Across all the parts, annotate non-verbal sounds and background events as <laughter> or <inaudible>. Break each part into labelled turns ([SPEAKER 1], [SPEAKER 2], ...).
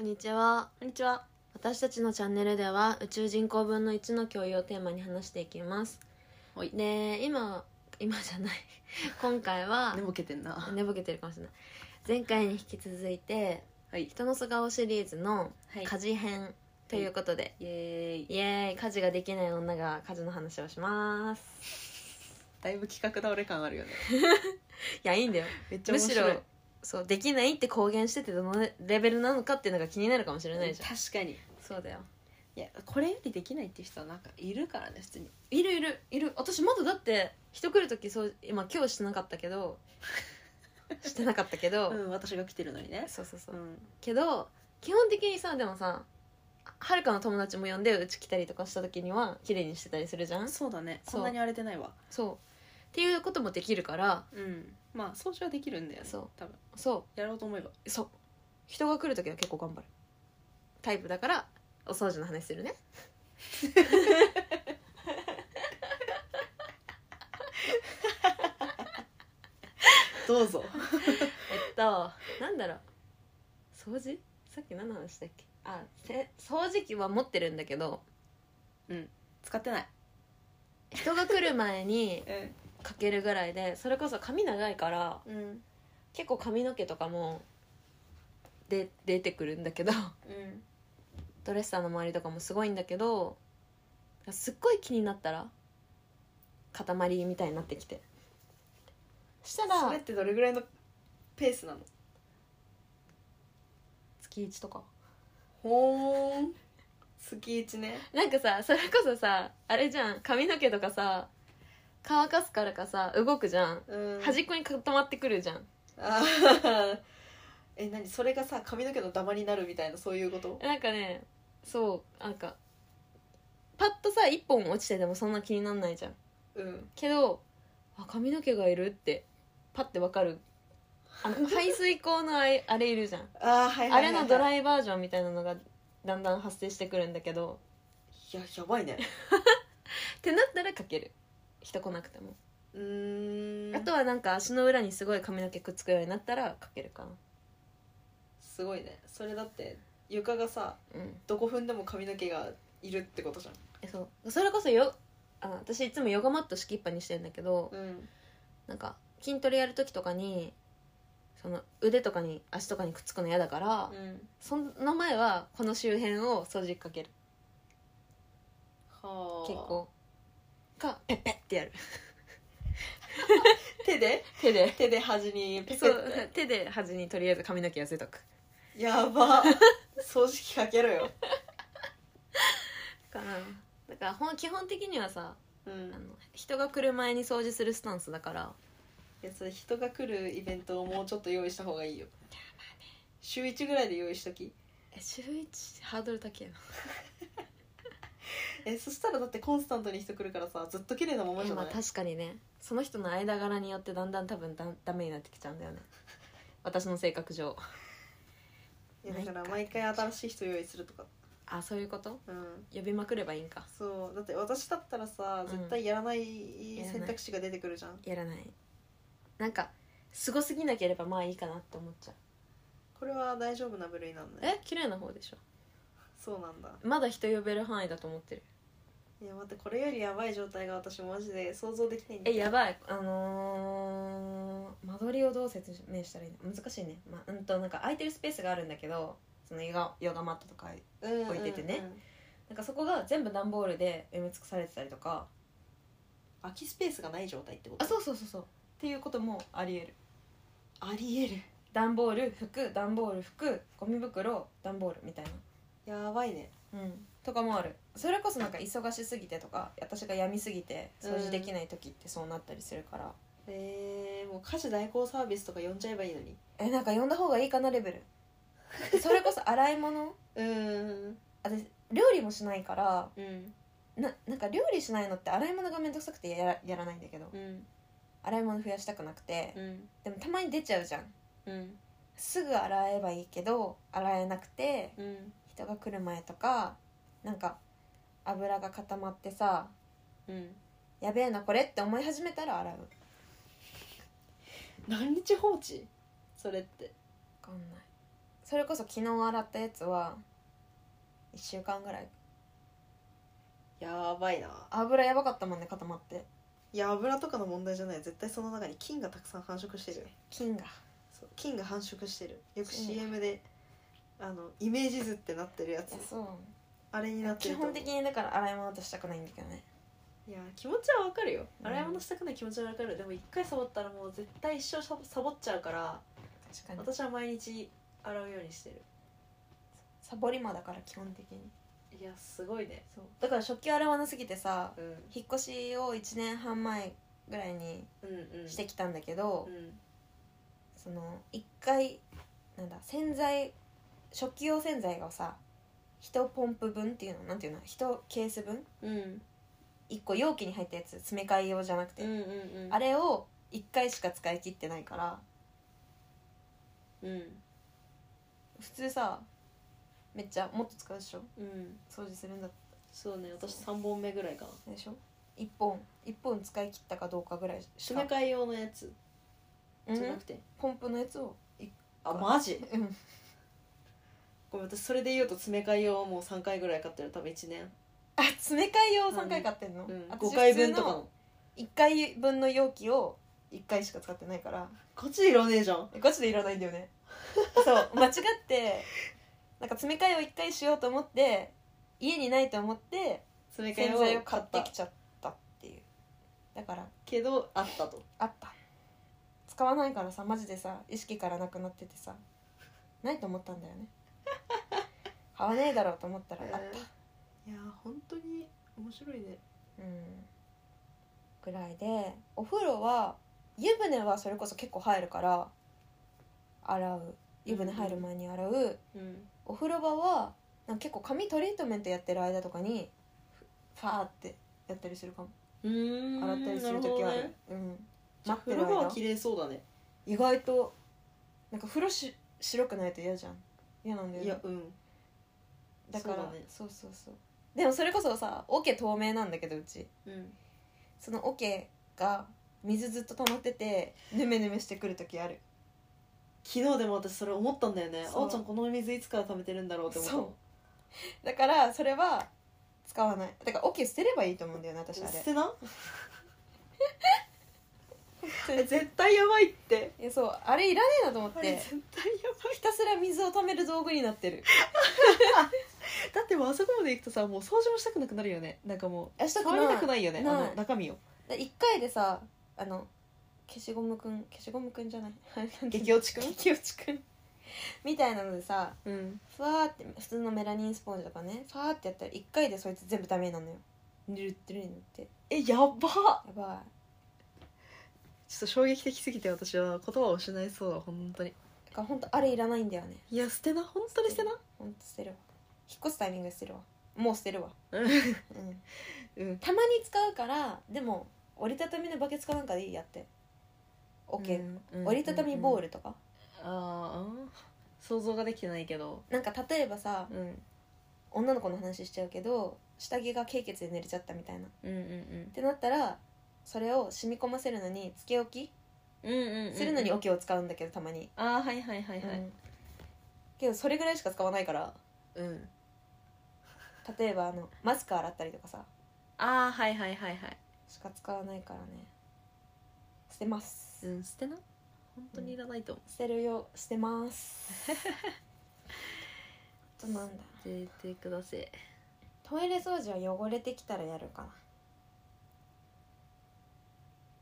[SPEAKER 1] にちは
[SPEAKER 2] こんにちは。
[SPEAKER 1] 私たちのチャンネルでは宇宙人口分の1の教養をテーマに話していきます
[SPEAKER 2] はい
[SPEAKER 1] で今今じゃない <laughs> 今回は
[SPEAKER 2] 寝ぼけてんな。
[SPEAKER 1] 寝ぼけてるかもしれない前回に引き続いて
[SPEAKER 2] はい。
[SPEAKER 1] 人の素顔シリーズの
[SPEAKER 2] はい
[SPEAKER 1] 家事編ということで、
[SPEAKER 2] イエーイ。
[SPEAKER 1] イエーイ家事ができない女が家事の話をします
[SPEAKER 2] だいぶ企画倒れ感あるよね。
[SPEAKER 1] いやいいんだよ
[SPEAKER 2] めっちゃ
[SPEAKER 1] む
[SPEAKER 2] 面白
[SPEAKER 1] し
[SPEAKER 2] い。
[SPEAKER 1] ろそうできないって公言しててどのレベルなのかっていうのが気になるかもしれないじゃん
[SPEAKER 2] 確かに。
[SPEAKER 1] そうだよ
[SPEAKER 2] いや、これよりできないっていう人はなんかいるからね、普通に。
[SPEAKER 1] いるいるいる私まだだって人来る時そう今今日してなかったけ
[SPEAKER 2] <laughs>
[SPEAKER 1] どしてなかったけど、
[SPEAKER 2] うん、私が来てるのにね。。
[SPEAKER 1] そうそうそううんけど基本的にさでもさはるかの友達も呼んでうち来たりとかした時には綺麗にしてたりするじゃん
[SPEAKER 2] そうだね。
[SPEAKER 1] そう
[SPEAKER 2] こんなに荒れてないわ。
[SPEAKER 1] そうっていうこともできるから
[SPEAKER 2] うん。まあ、掃除はできるんだよね。
[SPEAKER 1] そう。
[SPEAKER 2] 多分。
[SPEAKER 1] そ
[SPEAKER 2] やろうと思えば。
[SPEAKER 1] うそう人が来る時は結構頑張るタイプだからお掃除の話するね
[SPEAKER 2] どうぞ。
[SPEAKER 1] えっとなんだろう掃除さっき何の話だっけあせ掃除機は持ってるんだけど
[SPEAKER 2] <laughs> 使ってない。
[SPEAKER 1] 人が来る前に
[SPEAKER 2] うん。
[SPEAKER 1] かけるぐらいでそれこそ髪長いから
[SPEAKER 2] うん。
[SPEAKER 1] 結構髪の毛とかもで出てくるんだけど <laughs>
[SPEAKER 2] うん。
[SPEAKER 1] ドレッサーの周りとかもすごいんだけどすっごい気になったら塊みたいになってきてした
[SPEAKER 2] そ
[SPEAKER 1] ら
[SPEAKER 2] れってどれぐらいのペースなの
[SPEAKER 1] 月1とか
[SPEAKER 2] ほーん。月一ね。
[SPEAKER 1] なんかさそれこそさあれじゃん髪の毛とかさ乾かすからかさ動くじゃん
[SPEAKER 2] うん
[SPEAKER 1] 端っこに固まってくるじゃん
[SPEAKER 2] あー <laughs> え何それがさ髪の毛のダマになるみたいなそういうこと
[SPEAKER 1] なんかねそうなんかパッとさ一本落ちててもそんな気になんないじゃん
[SPEAKER 2] うん
[SPEAKER 1] けどあ髪の毛がいるってパッてわかるあ <laughs> の排水口のあれあれいるじゃん
[SPEAKER 2] あーはいは
[SPEAKER 1] あ
[SPEAKER 2] いは
[SPEAKER 1] れ
[SPEAKER 2] いはい
[SPEAKER 1] のドライバージョンみたいなのがだんだん発生してくるんだけど
[SPEAKER 2] いややばいね
[SPEAKER 1] ってなったらかける人来なくても、
[SPEAKER 2] うーん
[SPEAKER 1] あとはなんか足の裏にすごい髪の毛くっつくようになったらかけるかな
[SPEAKER 2] すごいねそれだって床がさ
[SPEAKER 1] うん
[SPEAKER 2] どこ踏んでも髪の毛がいるってことじ
[SPEAKER 1] えそうそれこそよあ私いつもヨガマット敷きっぱにしてるんだけど
[SPEAKER 2] ゃんうん
[SPEAKER 1] なんか筋トレやる時とかにその腕とかに足とかにくっつくの嫌だから、
[SPEAKER 2] うん
[SPEAKER 1] その前はこの周辺を掃除かける
[SPEAKER 2] はあ
[SPEAKER 1] 結構かペッペッってやる
[SPEAKER 2] 手で
[SPEAKER 1] 手で
[SPEAKER 2] 手で端にペ
[SPEAKER 1] <laughs> そ
[SPEAKER 2] ペっ
[SPEAKER 1] う手で端にとりあえず髪の毛寄せとく
[SPEAKER 2] てやば掃除機かけろよ
[SPEAKER 1] かなだからほん基本的にはさ
[SPEAKER 2] う
[SPEAKER 1] あの
[SPEAKER 2] ん
[SPEAKER 1] 人が来る前に掃除するスタンスだから
[SPEAKER 2] いやそれ人が来るイベントをもうちょっと用意した方がいいよ週1ぐらいで用意しとき
[SPEAKER 1] え週1ハードル高いな
[SPEAKER 2] えそしたらだってコンスタントに人来るからさずっと綺麗なままじ
[SPEAKER 1] え
[SPEAKER 2] ゃ
[SPEAKER 1] ま
[SPEAKER 2] な
[SPEAKER 1] あ
[SPEAKER 2] い、
[SPEAKER 1] 確かにねその人の間柄によってだんだん多分だダメになってきちゃうんだよね私の性格上
[SPEAKER 2] いやだから毎回新しい人用意するとか
[SPEAKER 1] あそういうこと
[SPEAKER 2] うん
[SPEAKER 1] 呼びまくればいいんか
[SPEAKER 2] そうだって私だったらさ
[SPEAKER 1] ん
[SPEAKER 2] 絶対やらない
[SPEAKER 1] やらない
[SPEAKER 2] 選択肢が出てくるじゃん
[SPEAKER 1] やらないなんかすごすぎなければまあいいかなって思っちゃう
[SPEAKER 2] これは大丈夫な部類なんだね
[SPEAKER 1] え綺麗な方でしょ
[SPEAKER 2] そうなんだ
[SPEAKER 1] まだ人呼べる範囲だと思ってる
[SPEAKER 2] いや待ってこれよりやばい状態が私マジで想像できないんだ
[SPEAKER 1] えや
[SPEAKER 2] ば
[SPEAKER 1] ばいあのー間取りをどう説明したらいいの難しいね、まあ、うんとなんか空いてるスペースがあるんだけどそのヨガヨガマットとか置いててねなんかそこが全部段ボールで埋め尽くされてたりとか
[SPEAKER 2] 空きスペースがない状態ってこと
[SPEAKER 1] あそうそうそうそうっていうこともありえる
[SPEAKER 2] ありえる
[SPEAKER 1] 段ボール服段ボール服ゴミ袋段ボールみたいな
[SPEAKER 2] やばいね
[SPEAKER 1] うん、とかもあるそれこそなんか忙しすぎてとか私が病みすぎて掃除できない時ってそうなったりするから、
[SPEAKER 2] えー、もう家事代行サービスとか呼んじゃえばいいのに
[SPEAKER 1] えなんか呼んだ方がいいかなレベルそれこそ洗い物
[SPEAKER 2] うん
[SPEAKER 1] 私料理もしないから
[SPEAKER 2] うん
[SPEAKER 1] ななんか料理しないのって洗い物がめんどくさくてやらやらないんだけど
[SPEAKER 2] うん
[SPEAKER 1] 洗い物増やしたくなくて
[SPEAKER 2] うん
[SPEAKER 1] でもたまに出ちゃうじゃん
[SPEAKER 2] うん
[SPEAKER 1] すぐ洗えばいいけど洗えなくて
[SPEAKER 2] うん
[SPEAKER 1] 人が来る前とかなんか油が固まってさ
[SPEAKER 2] うん
[SPEAKER 1] やべえなこれって思い始めたら洗う
[SPEAKER 2] 何日放置それって
[SPEAKER 1] わかんないそれこそ昨日洗ったやつは1週間ぐらい
[SPEAKER 2] やばいな
[SPEAKER 1] 油やばかったもんね固まって
[SPEAKER 2] いや油とかの問題じゃない絶対その中に菌がたくさん繁殖してるよね
[SPEAKER 1] 菌が
[SPEAKER 2] そう菌が繁殖してるよく
[SPEAKER 1] そう
[SPEAKER 2] CM であのイメージ図ってなってるや
[SPEAKER 1] い
[SPEAKER 2] つ
[SPEAKER 1] やそ
[SPEAKER 2] あれにな
[SPEAKER 1] う
[SPEAKER 2] って
[SPEAKER 1] 基
[SPEAKER 2] ると思
[SPEAKER 1] 本
[SPEAKER 2] う
[SPEAKER 1] 的にだから洗い物としたくないんだけどね
[SPEAKER 2] いや気持ちはわかるよ
[SPEAKER 1] うん
[SPEAKER 2] 洗い物したくない気持ちはわかる、でも一回サボったらもう絶対一生サボサボっちゃうから
[SPEAKER 1] 確かに
[SPEAKER 2] 私は毎日洗うようにしてる
[SPEAKER 1] サボり魔だから基本的に
[SPEAKER 2] いやすごいね
[SPEAKER 1] そうだから食器洗わなすぎてさ
[SPEAKER 2] うん
[SPEAKER 1] 引っ越しを1年半前ぐらいに
[SPEAKER 2] うんうん
[SPEAKER 1] してきたんだけど、
[SPEAKER 2] うん
[SPEAKER 1] その1回なんだ洗剤食器用洗剤がさ1ポンプ分っていうのなんていうの1ケース分
[SPEAKER 2] うん
[SPEAKER 1] 1個容器に入ったやつ詰め替え用じゃなくて、
[SPEAKER 2] うんうんうん
[SPEAKER 1] あれを1回しか使い切ってないから
[SPEAKER 2] うん
[SPEAKER 1] 普通さめっちゃもっと使うでしょ
[SPEAKER 2] うん
[SPEAKER 1] 掃除するんだっ
[SPEAKER 2] そうね私3本目ぐらいかな
[SPEAKER 1] たでしょ1本1本使い切ったかどうかぐらいし
[SPEAKER 2] 詰め
[SPEAKER 1] か
[SPEAKER 2] 替え用のやつじゃ
[SPEAKER 1] う
[SPEAKER 2] なんくて、
[SPEAKER 1] ポンプのやつを
[SPEAKER 2] あマジ
[SPEAKER 1] うん
[SPEAKER 2] ごめん私それで言うと詰め替え用はもう3回ぐらい買ってる多分1年、
[SPEAKER 1] あ詰め替え用3回買ってんの、
[SPEAKER 2] うん、
[SPEAKER 1] 私
[SPEAKER 2] 5回分とかの
[SPEAKER 1] 1回分の容器を1回しか使ってないから
[SPEAKER 2] こっちいらねえじゃん
[SPEAKER 1] ガチでいらないんだよね <laughs> そう間違ってなんか詰め替えを1回しようと思って家にないと思って
[SPEAKER 2] 詰め替
[SPEAKER 1] 洗
[SPEAKER 2] え
[SPEAKER 1] 剤
[SPEAKER 2] を
[SPEAKER 1] を買
[SPEAKER 2] 買っ
[SPEAKER 1] って
[SPEAKER 2] た
[SPEAKER 1] きちゃったっていうだから
[SPEAKER 2] けどあったと
[SPEAKER 1] あった使わないからさマジでさ意識からなくなっててさないと思ったんだよ <laughs> ね買わねえだろうと思ったらあった、
[SPEAKER 2] いやー本当に面白いね
[SPEAKER 1] うんぐらいでお風呂は湯船はそれこそ結構入るから洗う湯船入る前に洗う、
[SPEAKER 2] うん
[SPEAKER 1] お風呂場はなんか結構髪トリートメントやってる間とかにファーってやったりするかも
[SPEAKER 2] うん
[SPEAKER 1] 洗ったりする時はあるうん
[SPEAKER 2] 待
[SPEAKER 1] 待
[SPEAKER 2] っ
[SPEAKER 1] ってて
[SPEAKER 2] る
[SPEAKER 1] る
[SPEAKER 2] 風呂場
[SPEAKER 1] 間
[SPEAKER 2] は綺麗そうだね
[SPEAKER 1] 意外となんか風呂し白くないと嫌じゃん嫌なんだよ
[SPEAKER 2] い
[SPEAKER 1] ね
[SPEAKER 2] やうん
[SPEAKER 1] だからそうう,、
[SPEAKER 2] そだね
[SPEAKER 1] そうそうでもそれこそさ桶透明なんだけどうち
[SPEAKER 2] うん
[SPEAKER 1] その桶が水ずっと溜まっててヌメヌメしてくる時ある
[SPEAKER 2] 昨日でも私それ思ったんだよねあ
[SPEAKER 1] そう
[SPEAKER 2] おちゃんこのお水いつから貯めてるんだろうって思った
[SPEAKER 1] そうだからそれは使わないだから桶捨てればいいと思うんだよね私あ
[SPEAKER 2] 捨
[SPEAKER 1] れ <laughs>
[SPEAKER 2] てなえ絶対やばいって
[SPEAKER 1] いやそうあれいらねえなと思っ
[SPEAKER 2] あれ
[SPEAKER 1] て
[SPEAKER 2] 絶対やば
[SPEAKER 1] ひたすら水を溜める道具になってる
[SPEAKER 2] いだってもうあそこまで行くとさもう掃除もしたくなくなるよねなんかも
[SPEAKER 1] 明
[SPEAKER 2] う
[SPEAKER 1] 日
[SPEAKER 2] 触りたくないよね
[SPEAKER 1] な
[SPEAKER 2] あ
[SPEAKER 1] い
[SPEAKER 2] の中身を
[SPEAKER 1] 1回でさあの消しゴムくん消しゴムくんじゃない
[SPEAKER 2] 激落ち
[SPEAKER 1] <laughs>
[SPEAKER 2] くん
[SPEAKER 1] 激落ちくんみたいなのでさ
[SPEAKER 2] うん
[SPEAKER 1] ふわーって普通のメラニンスポンジとかねふわーってやったら1回でそいつ全部ダメなのよぬるってるぬるって
[SPEAKER 2] えやばっ
[SPEAKER 1] やば
[SPEAKER 2] ちょっと衝撃的すぎて私は言葉を失いそうだ本当に
[SPEAKER 1] いだからほんとあれいらないんだよね
[SPEAKER 2] いや捨てな本当に捨てな
[SPEAKER 1] ほんと捨てるわ引っ越すタイミングで捨てるわもう捨てるわ、うん、
[SPEAKER 2] うん
[SPEAKER 1] たまに使うからでも折りたたみのバケツかなんかでいいやってオッケー
[SPEAKER 2] うん
[SPEAKER 1] 折りたたみボー
[SPEAKER 2] ル
[SPEAKER 1] ルとか
[SPEAKER 2] ああ想像ができてないけど
[SPEAKER 1] なんか例えばさ
[SPEAKER 2] うん
[SPEAKER 1] 女の子の話しちゃうけど下着が経血で濡れちゃったみたいなっ
[SPEAKER 2] うんうん
[SPEAKER 1] てなったらそれを染み込ませるのにつけ置き
[SPEAKER 2] うんうんうん
[SPEAKER 1] するのに桶を使うんだけどたまに、
[SPEAKER 2] ああはいはいはいはい
[SPEAKER 1] うんけどそれぐらいしか使わないから
[SPEAKER 2] うん
[SPEAKER 1] 例えばあのマスク洗ったりとかさ
[SPEAKER 2] ああはいはいはいはい
[SPEAKER 1] しか使わないからね捨てます、
[SPEAKER 2] うん捨てな本当にいらないと思
[SPEAKER 1] 捨てるよ捨てますあとなんだ
[SPEAKER 2] う捨ててください
[SPEAKER 1] トイレ掃除は汚れてきたらやるか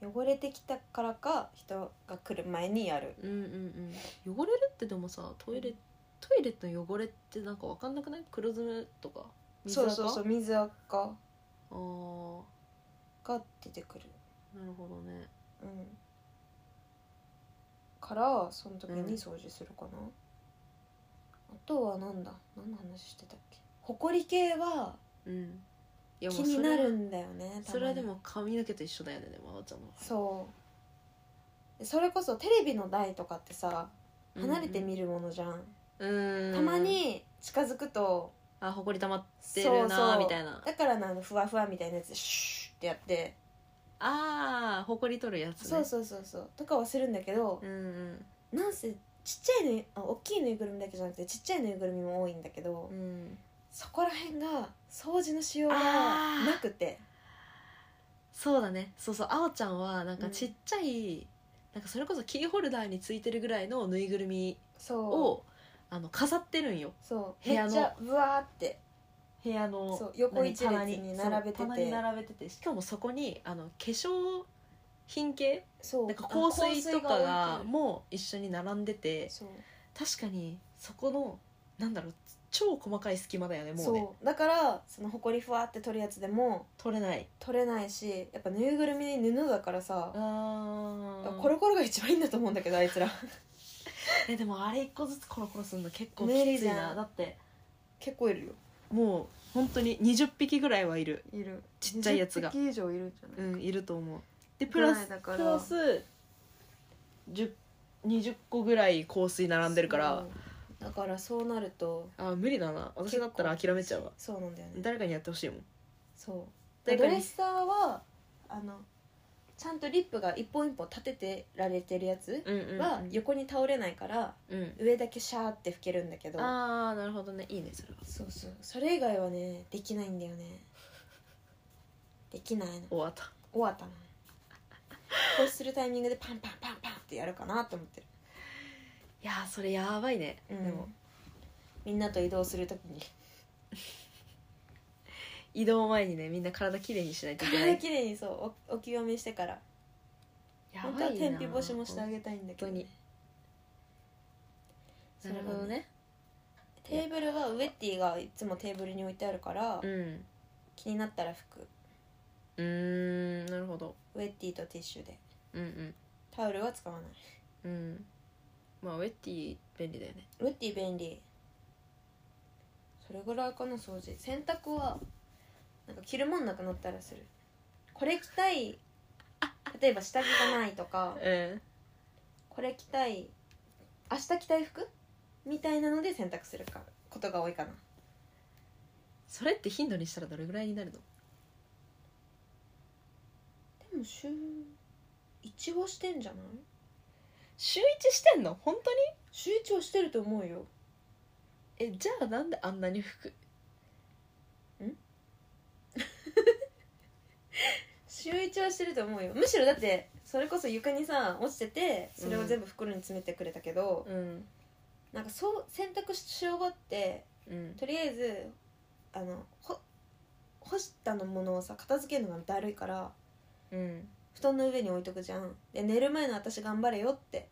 [SPEAKER 1] な汚れてきたからか人が来る前にやる
[SPEAKER 2] うんうんうん汚れるってでもさトイレトイレの汚れってなんかわかんなくない黒ずむとか
[SPEAKER 1] そうそうそうう水垢
[SPEAKER 2] ああ
[SPEAKER 1] が出てくる
[SPEAKER 2] なるほどね
[SPEAKER 1] うんからその時に掃除するかな、あとはなんだ何の話してたっけ埃系は
[SPEAKER 2] うんいやも
[SPEAKER 1] 気
[SPEAKER 2] うそ
[SPEAKER 1] に
[SPEAKER 2] れは
[SPEAKER 1] なるんだよねたまに
[SPEAKER 2] それはでも髪の毛と一緒だよねでもあおちゃんの
[SPEAKER 1] そうでそれこそテレビの台とかってさ離れて見るものじゃん、
[SPEAKER 2] うん
[SPEAKER 1] たまに近づくと
[SPEAKER 2] あほこり溜まってるなーみたいな
[SPEAKER 1] だからなあのふわふわみたいなやつでシューってやって、
[SPEAKER 2] ああほこり取るやつね
[SPEAKER 1] そうそうそうそうとかはするんだけど
[SPEAKER 2] う、んうん
[SPEAKER 1] なんせちっちゃいぬあ大きいぬいぐるみだけじゃなくてちっちゃいぬいぐるみも多いんだけど、
[SPEAKER 2] うん、
[SPEAKER 1] そこら辺が掃除のしようが
[SPEAKER 2] あー
[SPEAKER 1] なくて
[SPEAKER 2] そうだねそうそうあおちゃんはなん
[SPEAKER 1] う
[SPEAKER 2] か
[SPEAKER 1] ん
[SPEAKER 2] ちっちゃい、なんかそれこそキーホルダーについてるぐらいのぬいぐるみ
[SPEAKER 1] そう
[SPEAKER 2] をあの飾ってるんよ
[SPEAKER 1] そう
[SPEAKER 2] 部
[SPEAKER 1] め
[SPEAKER 2] 屋
[SPEAKER 1] っ
[SPEAKER 2] の
[SPEAKER 1] ちゃぶわーって
[SPEAKER 2] 部屋の
[SPEAKER 1] そう横一列
[SPEAKER 2] 棚
[SPEAKER 1] に並べて
[SPEAKER 2] そう棚に
[SPEAKER 1] て
[SPEAKER 2] 並べててしかもそこにあの化粧品系
[SPEAKER 1] そう
[SPEAKER 2] なんか香水とか
[SPEAKER 1] 香水置い
[SPEAKER 2] が
[SPEAKER 1] て
[SPEAKER 2] もう一緒に並んでて
[SPEAKER 1] るそう
[SPEAKER 2] 確かにそこのなんだろう超細かい隙間だよねもうね
[SPEAKER 1] そうだからそのほこりふわーって取るやつでも
[SPEAKER 2] 取れない
[SPEAKER 1] 取れないしやっぱぬいぐるみ布だからさ
[SPEAKER 2] あ
[SPEAKER 1] コロコロが一番いいんだと思うんだけどあいつ
[SPEAKER 2] <laughs>
[SPEAKER 1] ら
[SPEAKER 2] えでもあれ一個ずつコロコロするの結構き
[SPEAKER 1] 無理
[SPEAKER 2] つい
[SPEAKER 1] じゃ
[SPEAKER 2] なんだって
[SPEAKER 1] 結構いるよ
[SPEAKER 2] もう本当に20匹ぐらいはいる
[SPEAKER 1] いる
[SPEAKER 2] ちっちゃいやつが
[SPEAKER 1] 20匹以上いるんじゃない、
[SPEAKER 2] うんいると思うでプ
[SPEAKER 1] ぐらい
[SPEAKER 2] ラス
[SPEAKER 1] だから
[SPEAKER 2] プラス10 20個ぐらい香水並んでるから
[SPEAKER 1] そうだからそうなると
[SPEAKER 2] あー無理だな私だったら諦めちゃうわ
[SPEAKER 1] そうなんだよね
[SPEAKER 2] 誰かにやってほしいもん
[SPEAKER 1] そうド
[SPEAKER 2] 誰か
[SPEAKER 1] レッ
[SPEAKER 2] に
[SPEAKER 1] サーはあのちゃんとリップが一本一本立ててられてるやつ
[SPEAKER 2] うんうん
[SPEAKER 1] は横に倒れないから
[SPEAKER 2] うん
[SPEAKER 1] 上だけシャーって拭けるんだけど
[SPEAKER 2] ああなるほどねいいねそれは
[SPEAKER 1] そうそうそれ以外はねできないんだよねできないの
[SPEAKER 2] 終わった
[SPEAKER 1] 終わったのこうするタイミングでパンパンパンパンってやるかなと思ってる
[SPEAKER 2] いやーそれやばいね、
[SPEAKER 1] うん
[SPEAKER 2] でも
[SPEAKER 1] みんなと移動するときに
[SPEAKER 2] 移動前にねみんな体きれいにしないとい
[SPEAKER 1] <laughs>
[SPEAKER 2] けない
[SPEAKER 1] 体きれいにそうおお清めしてから
[SPEAKER 2] やば
[SPEAKER 1] 本
[SPEAKER 2] いな
[SPEAKER 1] 当は天日干しもしてあげたいんだけど、
[SPEAKER 2] 本当になるほどね
[SPEAKER 1] そうテーブルはウエッティがいつもテーブルに置いてあるから、
[SPEAKER 2] うん
[SPEAKER 1] 気になったら拭く
[SPEAKER 2] うーんなるほど
[SPEAKER 1] ウエッティとティッシュで
[SPEAKER 2] うんうん
[SPEAKER 1] タオルは使わない
[SPEAKER 2] うんまあウェッティ便利だよね
[SPEAKER 1] ウエッティ便利それぐらいかな掃除洗濯はなんか着るもんなくなったらするこれ着たい例えば下着がないとか
[SPEAKER 2] うん
[SPEAKER 1] これ着たい明日着たい服みたいなので洗濯するかことが多いかな
[SPEAKER 2] それって頻度にしたらどれぐらいになるの
[SPEAKER 1] でも週1はしてんじゃない
[SPEAKER 2] 週一してんの本当に
[SPEAKER 1] 週1はしてると思うよ
[SPEAKER 2] えじゃあなんであんなに服
[SPEAKER 1] 週1はしてると思うよむしろだってそれこそ床にさ落ちててそれを全部袋に詰めてくれたけど、
[SPEAKER 2] うん
[SPEAKER 1] なんかそう洗濯し終わって
[SPEAKER 2] うん
[SPEAKER 1] とりあえずあのほ干したのものをさ片付けるのがだるいから
[SPEAKER 2] うん
[SPEAKER 1] 布団の上に置いとくじゃんで寝る前の私頑張れよって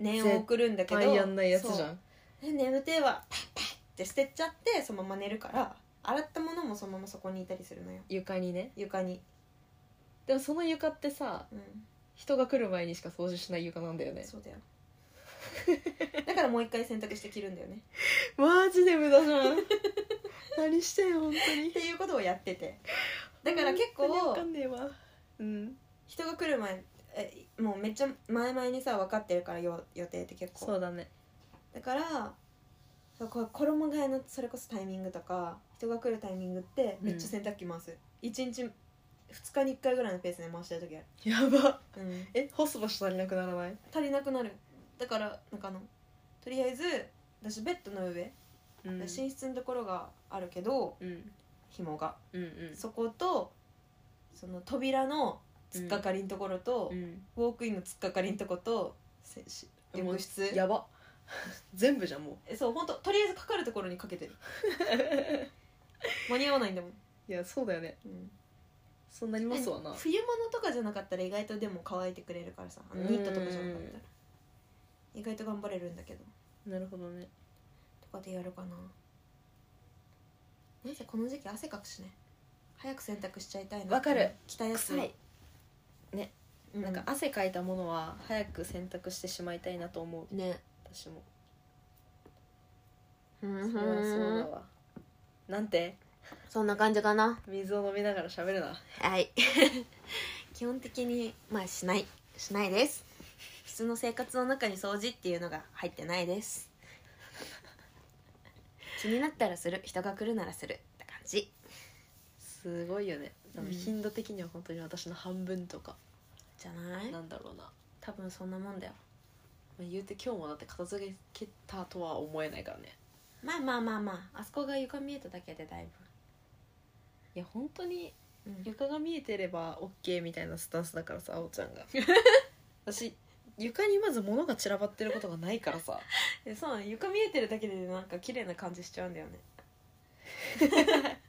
[SPEAKER 1] 念を送るんだけど
[SPEAKER 2] パイやんないやつじ
[SPEAKER 1] そ
[SPEAKER 2] ゃ
[SPEAKER 1] うんで眠てえわパッパッって捨てちゃってそのまま寝るから洗ったものもそのままそこにいたりするのよ
[SPEAKER 2] 床にね
[SPEAKER 1] 床に、
[SPEAKER 2] でもその床ってさ
[SPEAKER 1] うん、
[SPEAKER 2] 人が来る前にしか掃除しない床なんだよね
[SPEAKER 1] そうだよだからもう一回洗濯して着るんだよね
[SPEAKER 2] マジで無駄じゃん <laughs> 何してん本当に
[SPEAKER 1] っていうことをやっててだから結構
[SPEAKER 2] 本当にわかんねえわうん
[SPEAKER 1] 人が来る前えもうめっちゃ前々にさ分かってるからよ予定って結構
[SPEAKER 2] うだね
[SPEAKER 1] だからそうこう衣替えのそれこそタイミングとか人が来るタイミングってめっちゃ洗濯機回す、一1日2日に1回ぐらいのペースで回してる時ある、
[SPEAKER 2] やば
[SPEAKER 1] うん、
[SPEAKER 2] え干す場所足りなくならない
[SPEAKER 1] 足りなくなるだからなんかあのとりあえず私ベッドの上、
[SPEAKER 2] うん
[SPEAKER 1] 寝室のところがあるけど
[SPEAKER 2] うん
[SPEAKER 1] 紐が、
[SPEAKER 2] うんうん
[SPEAKER 1] そことその扉の突っかかりのところと、
[SPEAKER 2] うん
[SPEAKER 1] ウォークインの突っかかりんとことせし浴室
[SPEAKER 2] やば全部じゃんも
[SPEAKER 1] えそう本当とりあえずかかるところにかけ
[SPEAKER 2] <laughs>
[SPEAKER 1] てる間に合わないんだもん、
[SPEAKER 2] ういやそうだよね
[SPEAKER 1] うん
[SPEAKER 2] そうなりますわ <laughs> な
[SPEAKER 1] 冬物とかじゃなかったら意外とでも乾いてくれるからさあのニットとかじゃなかったら意外と頑張れるんだけど
[SPEAKER 2] なるほどね
[SPEAKER 1] とかでやるかななぜこの時期汗かくしね早く洗濯しちゃいたいな
[SPEAKER 2] わかる
[SPEAKER 1] 着たやつを
[SPEAKER 2] 臭い、
[SPEAKER 1] う
[SPEAKER 2] なんか汗かいたものは早く洗濯してしまいたいなと思う
[SPEAKER 1] ね
[SPEAKER 2] 私も
[SPEAKER 1] そ
[SPEAKER 2] それはそうだわなんて
[SPEAKER 1] そんな感じかな
[SPEAKER 2] 水を飲みながら喋るな
[SPEAKER 1] はい <laughs> 基本的にまあしないしないです普通の生活の中に掃除っていうのが入ってないです気になったらする人が来るならするって感じ
[SPEAKER 2] すごいよね多分
[SPEAKER 1] うん
[SPEAKER 2] 頻度的には本当に私の半分とか
[SPEAKER 1] じゃない
[SPEAKER 2] なんだろうな
[SPEAKER 1] 多分そんなもんだよ
[SPEAKER 2] まあ、言うて今日もだって片付けたとは思えないからね
[SPEAKER 1] まあまあまあまああそこが床見えただけでだい
[SPEAKER 2] いや本当に
[SPEAKER 1] ぶ、うん、
[SPEAKER 2] 床が見えてれば OK みたいなスタンスだからさあおちゃ <laughs> んが私床にまず物が散らばってることがないからさ
[SPEAKER 1] でそうね床見えてるだけでなんか綺麗な感じしちゃうんだよね <laughs>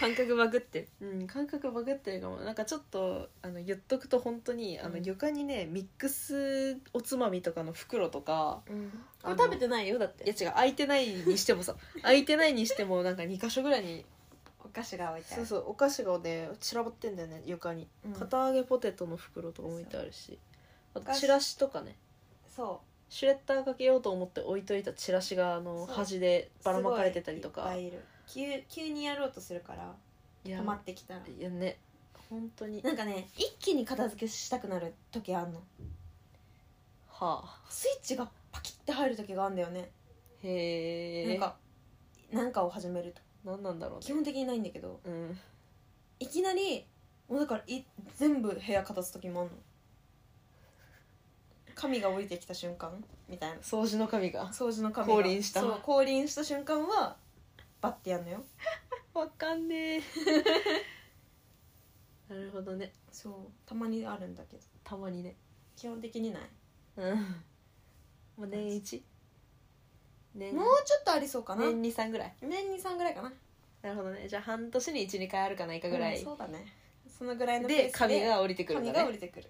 [SPEAKER 1] 感覚バグってる
[SPEAKER 2] うん感覚バグってるかもなんかちょっとあの言っとくと本当にあの
[SPEAKER 1] うん
[SPEAKER 2] 床にねミックスおつまみとかの袋とか
[SPEAKER 1] うん
[SPEAKER 2] あの
[SPEAKER 1] 食べてないよだっ
[SPEAKER 2] いや
[SPEAKER 1] て
[SPEAKER 2] 違う空いてないにし
[SPEAKER 1] <laughs>
[SPEAKER 2] てもさ空いてないにしてもなんか2箇所ぐらいに
[SPEAKER 1] お菓子が置いてあ
[SPEAKER 2] そう
[SPEAKER 1] る
[SPEAKER 2] そうお菓子がね散らばってんだよね床に、
[SPEAKER 1] うん
[SPEAKER 2] 片揚げポテトの袋とか置いてあるしあ
[SPEAKER 1] お菓
[SPEAKER 2] と
[SPEAKER 1] 子
[SPEAKER 2] チラシとかね
[SPEAKER 1] そ
[SPEAKER 2] シュレッダーかけようと思って置いといたチラシがあの
[SPEAKER 1] そう
[SPEAKER 2] 端で
[SPEAKER 1] う
[SPEAKER 2] ばらまかれてたりと
[SPEAKER 1] す
[SPEAKER 2] か
[SPEAKER 1] ごいいっぱいいる急急にやろうとするから
[SPEAKER 2] いや
[SPEAKER 1] 止まってきたら
[SPEAKER 2] いやね本当に
[SPEAKER 1] なんかね一気に片付けしたくなる時あんの
[SPEAKER 2] はあ
[SPEAKER 1] スイッチがパキッて入る時があんだよね
[SPEAKER 2] へえ
[SPEAKER 1] なんかなんかを始めると
[SPEAKER 2] 何なんだろう
[SPEAKER 1] 基
[SPEAKER 2] ね
[SPEAKER 1] 本的にないんだけど
[SPEAKER 2] うん
[SPEAKER 1] いきなりもうだからい全部部屋片す時もあんの神が降りてきた瞬間みたいな
[SPEAKER 2] 掃除の神が
[SPEAKER 1] 掃除の神が
[SPEAKER 2] 降臨した
[SPEAKER 1] そう降臨した瞬間はバッてやんのよ
[SPEAKER 2] わかんねえ <laughs> なるほどね
[SPEAKER 1] そうたまにあるんだけど
[SPEAKER 2] たまにね
[SPEAKER 1] 基本的にない
[SPEAKER 2] うんもう年一年
[SPEAKER 1] もうちょっとありそうかな
[SPEAKER 2] 年23ぐらい
[SPEAKER 1] 年に3ぐらいかな
[SPEAKER 2] なるほどねじゃあ半年に12回あるかないかぐら
[SPEAKER 1] うん
[SPEAKER 2] い
[SPEAKER 1] そうだねそのぐらいのペー
[SPEAKER 2] で
[SPEAKER 1] スで
[SPEAKER 2] 髪が降りてくるん
[SPEAKER 1] 神
[SPEAKER 2] だ
[SPEAKER 1] が降
[SPEAKER 2] ね
[SPEAKER 1] りてくる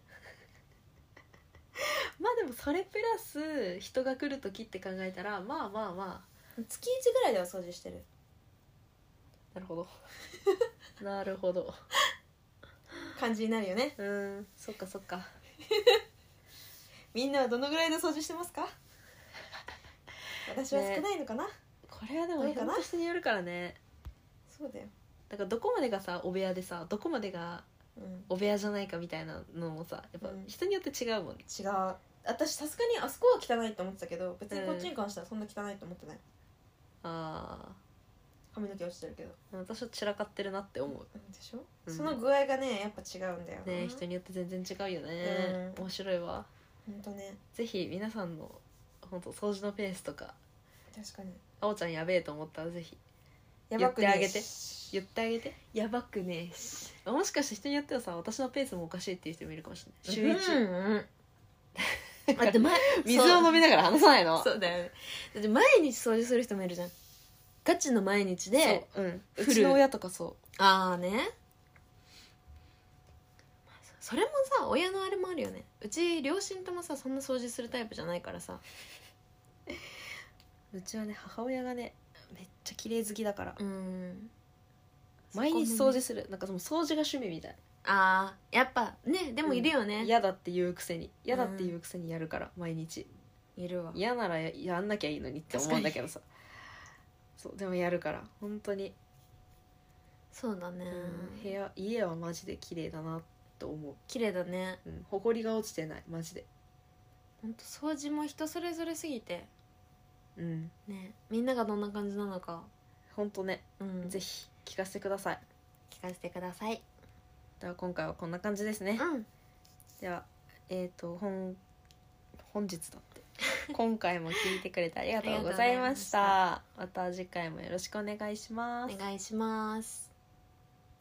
[SPEAKER 2] まあでもそれプラス人が来る時って考えたらまあまあまあ
[SPEAKER 1] 月1ぐらいでは掃除してる
[SPEAKER 2] なるほ <laughs> どなるほど
[SPEAKER 1] 感じになるよね
[SPEAKER 2] うんそっかそっか
[SPEAKER 1] みんなはどのぐらいの掃除してますか私は少ないのかな、
[SPEAKER 2] これはでも
[SPEAKER 1] ど
[SPEAKER 2] ひ
[SPEAKER 1] うか
[SPEAKER 2] ょ
[SPEAKER 1] な
[SPEAKER 2] っとしてによるからね
[SPEAKER 1] そうだよ、
[SPEAKER 2] だからどこまでがさお部屋でさどこまでが
[SPEAKER 1] うん、
[SPEAKER 2] お部屋じゃないかみたいなのもさやっぱ
[SPEAKER 1] うん
[SPEAKER 2] 人によって違うもんね、
[SPEAKER 1] 違う私さすがにあそこは汚いと思ってたけど別にこっちに関してはそんな汚いと思ってない
[SPEAKER 2] ああ
[SPEAKER 1] 髪の毛落ちてるけど、
[SPEAKER 2] 私は散らかってるなって思う
[SPEAKER 1] うん、でしょ、
[SPEAKER 2] うん
[SPEAKER 1] その具合がねやっぱ違うんだよな
[SPEAKER 2] ね人によって全然違うよね、
[SPEAKER 1] うん
[SPEAKER 2] 面白いわ
[SPEAKER 1] ほんとね
[SPEAKER 2] ぜひ皆さんの本当掃除のペースとか
[SPEAKER 1] 確かに
[SPEAKER 2] あおちゃんやべえと思ったらぜひ
[SPEAKER 1] やばくね
[SPEAKER 2] 言ってあげて
[SPEAKER 1] し
[SPEAKER 2] 言ってあげてやばくねえしもしかして人によってはさ私のペースもおかしいっていう人もいるかもしれない週一、
[SPEAKER 1] うんうんだって前
[SPEAKER 2] <laughs> 水を飲みながら話さないの
[SPEAKER 1] そうだよねだって毎日掃除する人もいるじゃんガチの毎日で
[SPEAKER 2] そううん
[SPEAKER 1] フ
[SPEAKER 2] う
[SPEAKER 1] ル
[SPEAKER 2] ちの親とかそ
[SPEAKER 1] ああねまあそそれもさ親のあれもあるよねうち両親ともさそんな掃除するタイプじゃないからさ
[SPEAKER 2] ううちはね母親がねめっちゃ綺麗好きだから
[SPEAKER 1] うん
[SPEAKER 2] 毎日掃除するなんかその掃除が趣味みたい
[SPEAKER 1] あーやっぱねでもいるよね、
[SPEAKER 2] 嫌だって言うくせに嫌だって言うくせにやるから毎日
[SPEAKER 1] いるわ
[SPEAKER 2] 嫌ならややんなきゃいいのにって思うんだけどさそうでもやるから本当に
[SPEAKER 1] そうだね、
[SPEAKER 2] うん部屋家はマジで綺麗だなと思
[SPEAKER 1] 綺麗だね
[SPEAKER 2] う、うん、埃が落ちてないマジで
[SPEAKER 1] ほんと掃除も人それぞれすぎて
[SPEAKER 2] うん
[SPEAKER 1] ねみんながどんな感じなのか、
[SPEAKER 2] 本当ね、
[SPEAKER 1] うん、
[SPEAKER 2] ぜ
[SPEAKER 1] ひ
[SPEAKER 2] ひ聞かせてください
[SPEAKER 1] 聞かせてください
[SPEAKER 2] では今回はこんな感じですね
[SPEAKER 1] うん
[SPEAKER 2] ではえっ、と本本日だって <laughs> 今回も聞いてくれてありがとうございましたまた次回もよろしくお願いします
[SPEAKER 1] お願いします